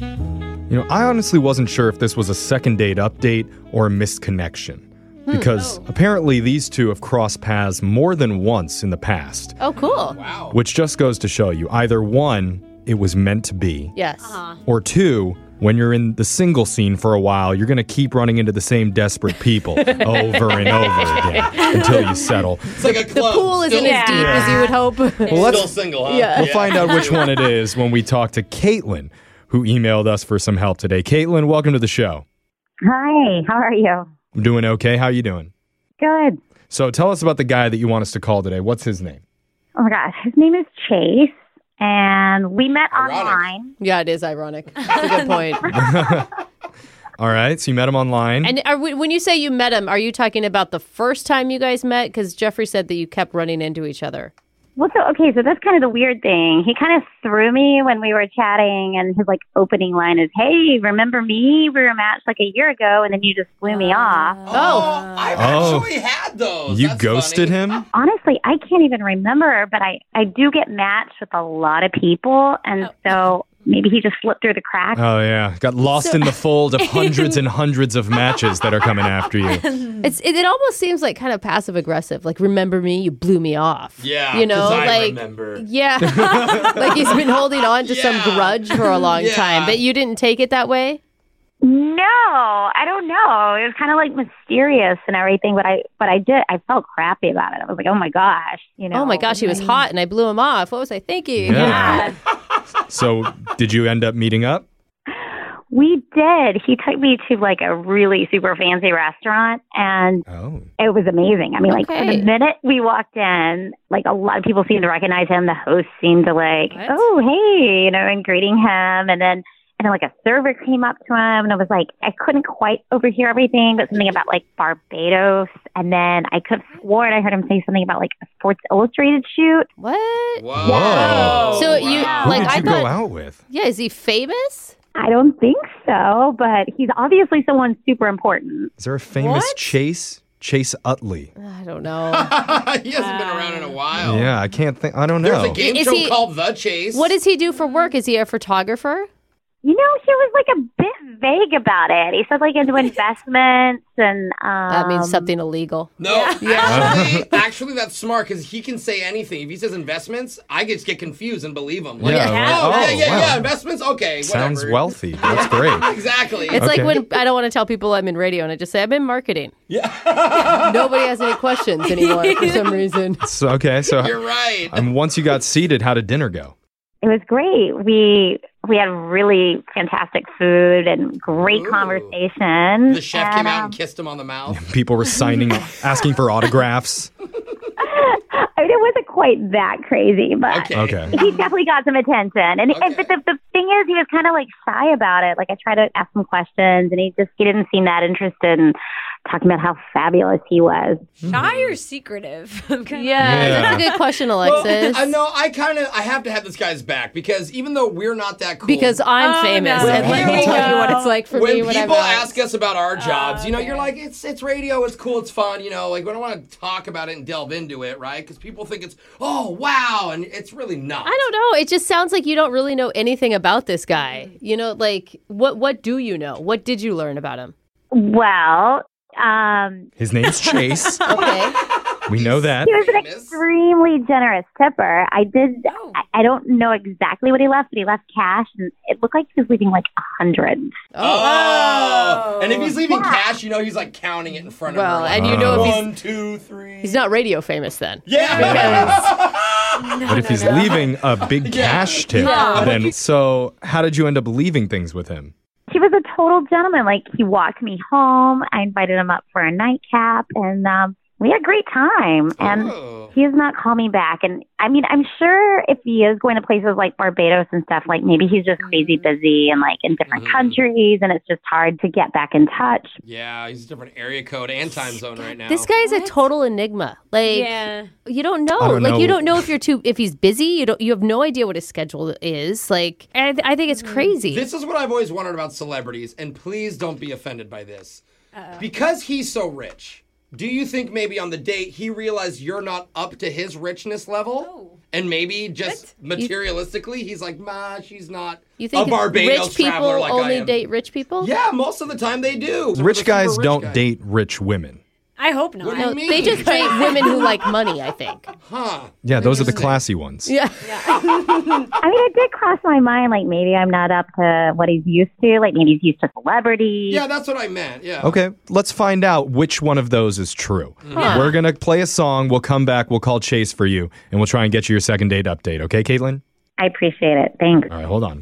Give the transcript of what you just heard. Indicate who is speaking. Speaker 1: You know, I honestly wasn't sure if this was a second date update or a missed connection. Because apparently these two have crossed paths more than once in the past,
Speaker 2: Oh, cool.
Speaker 1: which just goes to show you either one, it was meant to be,
Speaker 2: Yes.
Speaker 1: or two, when you're in the single scene for a while, you're going to keep running into the same desperate people over and over again until you settle.
Speaker 3: It's like a
Speaker 2: The
Speaker 3: club,
Speaker 2: pool isn't
Speaker 3: still,
Speaker 2: as deep as you would hope.
Speaker 1: Well,
Speaker 3: still
Speaker 1: let's
Speaker 3: single, huh?
Speaker 2: Yeah.
Speaker 1: We'll find out which one it is when we talk to Caitlin, who emailed us for some help today. Caitlin, welcome to the show.
Speaker 4: Hi, how are you?
Speaker 1: I'm doing okay. How you doing?
Speaker 4: Good.
Speaker 1: So tell us about the guy that you want us to call today. What's his name?
Speaker 4: Oh my gosh, his name is Chase, and we met
Speaker 3: Ironic.
Speaker 4: online.
Speaker 2: yeah, it is ironic. That's a good point.
Speaker 1: All right. So you met him online.
Speaker 2: and are, we- when you say you met him, are you talking about the first time you guys met? Because Jeffrey said that you kept running into each other.
Speaker 4: Well, so okay, so that's kind of the weird thing. He kind of threw me when we were chatting, and his like opening line is, "Hey, remember me? We were matched like a year ago, and then you just blew me off."
Speaker 3: Oh, I've
Speaker 1: Oh.
Speaker 3: actually had those.
Speaker 1: you
Speaker 3: That's
Speaker 1: ghosted
Speaker 3: funny.
Speaker 1: him?
Speaker 4: Honestly, I can't even remember, but I I do get matched with a lot of people, and
Speaker 3: Oh.
Speaker 4: so maybe he just slipped through the cracks.
Speaker 1: Oh yeah. Got lost in the fold of hundreds and hundreds of matches that are coming after you.
Speaker 2: It's it, it almost seems like kind of passive aggressive. Like remember me, you blew me off.
Speaker 3: Yeah,
Speaker 2: you know,
Speaker 3: 'cause I
Speaker 2: like
Speaker 3: remember.
Speaker 2: yeah, like he's been holding on to some
Speaker 3: Yeah.
Speaker 2: grudge for a long
Speaker 3: Yeah.
Speaker 2: time. But you didn't take it that way.
Speaker 4: No, I don't know. It was kind of like mysterious and everything, but I but I did I felt crappy about it. I was like, oh my gosh, you know.
Speaker 2: oh my gosh, he was hot, and I blew him off. What was I thinking?
Speaker 1: Yeah. So did you end up meeting up?
Speaker 4: We did. He took me to like a really super fancy restaurant, and
Speaker 1: Oh.
Speaker 4: it was amazing. I mean, like from
Speaker 2: Okay.
Speaker 4: the minute we walked in, like a lot of people seemed to recognize him. The host seemed to like,
Speaker 2: What?
Speaker 4: oh hey, you know, and greeting him, and then. And then, like a server came up to him, and I was like, I couldn't quite overhear everything, but something about like Barbados, and then I could have sworn I heard him say something about like a Sports Illustrated shoot.
Speaker 2: What?
Speaker 3: Whoa.
Speaker 1: Whoa.
Speaker 2: So you-
Speaker 3: Wow.
Speaker 1: Who
Speaker 2: Uh, Like,
Speaker 1: did
Speaker 2: I
Speaker 1: you go
Speaker 2: thought-
Speaker 1: out with?
Speaker 2: Yeah, is he famous?
Speaker 4: I don't think so, but he's obviously someone super important.
Speaker 1: Is there a famous
Speaker 2: What?
Speaker 1: Chase? Chase Utley.
Speaker 2: I don't know.
Speaker 3: he hasn't been around in a
Speaker 2: Oh.
Speaker 3: while.
Speaker 1: Yeah, I can't think. I don't know.
Speaker 3: There's a game
Speaker 2: Is
Speaker 3: show
Speaker 2: he-
Speaker 3: called The Chase.
Speaker 2: what does he do for work? Is he a photographer?
Speaker 4: You know, he was like a bit vague about it. He said like into investments and um,
Speaker 2: That means something illegal.
Speaker 3: No, actually, actually, that's smart because he can say anything. If he says investments, I just get confused and believe him. Like,
Speaker 1: Yeah,
Speaker 3: oh,
Speaker 1: right.
Speaker 3: yeah,
Speaker 1: Oh,
Speaker 3: yeah,
Speaker 1: wow.
Speaker 3: yeah, investments. Okay,
Speaker 1: Sounds
Speaker 3: whatever.
Speaker 1: wealthy. That's great.
Speaker 3: Exactly.
Speaker 2: It's
Speaker 1: Okay.
Speaker 2: like when I don't want to tell people I'm in radio, and I just say I'm in marketing. Yeah. Nobody has any questions anymore for some reason.
Speaker 1: So, okay, so
Speaker 3: You're right.
Speaker 1: and once you got seated, how did dinner go?
Speaker 4: it was great. We we had really fantastic food and great
Speaker 3: Ooh.
Speaker 4: conversation.
Speaker 3: the chef came
Speaker 4: And,
Speaker 3: out
Speaker 4: um,
Speaker 3: and kissed him on the mouth.
Speaker 1: People were signing, asking for autographs.
Speaker 4: I mean, um, it wasn't quite that crazy, but
Speaker 3: Okay.
Speaker 1: Okay.
Speaker 4: he definitely got some attention. And, and but the, the thing is, he was kind of like shy about it. Like I tried to ask him questions, and he just he didn't seem that interested in talking about how fabulous he was.
Speaker 5: Shy or secretive? I'm kinda-
Speaker 2: Yeah, that's a
Speaker 1: Yeah.
Speaker 2: good question, Alexis.
Speaker 3: I know. I kind of. I have to have this guy's back because even though we're not that cool,
Speaker 2: because I'm
Speaker 5: Oh,
Speaker 2: famous,
Speaker 5: no.
Speaker 2: and let
Speaker 3: Here
Speaker 2: me
Speaker 3: we
Speaker 2: tell you
Speaker 5: go.
Speaker 2: what it's like for
Speaker 3: when
Speaker 2: me when I'm
Speaker 3: people
Speaker 2: out.
Speaker 3: ask us about
Speaker 2: Oh,
Speaker 3: our jobs, you know, you're like, it's it's radio, it's cool, it's fun, you know, like we don't want to talk about it and delve into it, right? Because people think it's, oh wow, and it's really not.
Speaker 2: I don't know. It just sounds like you don't really know anything about this guy. You know, like what what do you know? What did you learn about him?
Speaker 4: Well, um,
Speaker 1: His name's Chase.
Speaker 2: Okay.
Speaker 1: We know that.
Speaker 4: he was an
Speaker 3: Famous.
Speaker 4: extremely generous tipper. I did.
Speaker 5: Oh.
Speaker 4: I, I don't know exactly what he left, but he left cash, and it looked like he was leaving like a hundred.
Speaker 3: Oh.
Speaker 5: Oh.
Speaker 3: and if he's leaving cash, you know, he's like counting it in front
Speaker 2: Well,
Speaker 3: of her.
Speaker 2: and
Speaker 3: like,
Speaker 2: you know if he's-
Speaker 3: one, two, three.
Speaker 2: He's not radio famous then.
Speaker 3: yeah.
Speaker 1: But if he's leaving a big cash tip, then so how did you end up leaving things with him?
Speaker 4: He was a total gentleman. Like he walked me home. I invited him up for a nightcap, and um, we had a great time. And
Speaker 3: Oh.
Speaker 4: he has not called me back. And I mean, I'm sure if he is going to places like Barbados and stuff, like maybe he's just crazy busy and like in different
Speaker 3: Mhm.
Speaker 4: countries, and it's just hard to get back in touch.
Speaker 3: Yeah, he's a different area code and time zone right now.
Speaker 2: This guy is a total enigma. Like
Speaker 5: Yeah.
Speaker 2: you don't know.
Speaker 1: I don't
Speaker 2: like
Speaker 1: know.
Speaker 2: you don't know if you're too if he's busy. You don't. You have no idea what his schedule is. Like Mm-hmm. and I, th- I think it's crazy.
Speaker 3: This is what I've always wondered about celebrities, and please don't be offended by this. Because he's so rich, do you think maybe on the date he realized you're not up to his richness level? And maybe just materialistically, he's like, Ma, she's not
Speaker 2: You think
Speaker 3: a
Speaker 2: it's
Speaker 3: Barbados
Speaker 2: rich people
Speaker 3: traveler like I
Speaker 2: only
Speaker 3: am.
Speaker 2: date rich people?
Speaker 3: Yeah, most of the time they do.
Speaker 1: Rich guys
Speaker 3: Super rich
Speaker 1: don't
Speaker 3: guy.
Speaker 1: date rich women.
Speaker 5: I hope not.
Speaker 3: do you
Speaker 2: No,
Speaker 3: mean?
Speaker 2: they just date women who like money, I think.
Speaker 3: Huh.
Speaker 1: Yeah, those are the classy ones.
Speaker 2: Yeah.
Speaker 4: I mean, it did cross my mind, like maybe I'm not up to what he's used to. Like maybe he's used to celebrity.
Speaker 3: Yeah, that's what I meant. Yeah.
Speaker 1: Okay, let's find out which one of those is true. We're going to play a song. We'll come back. We'll call Chase for you, and we'll try and get you your second date update. Okay, Caitlin?
Speaker 4: I appreciate it. Thanks.
Speaker 1: All right, hold on.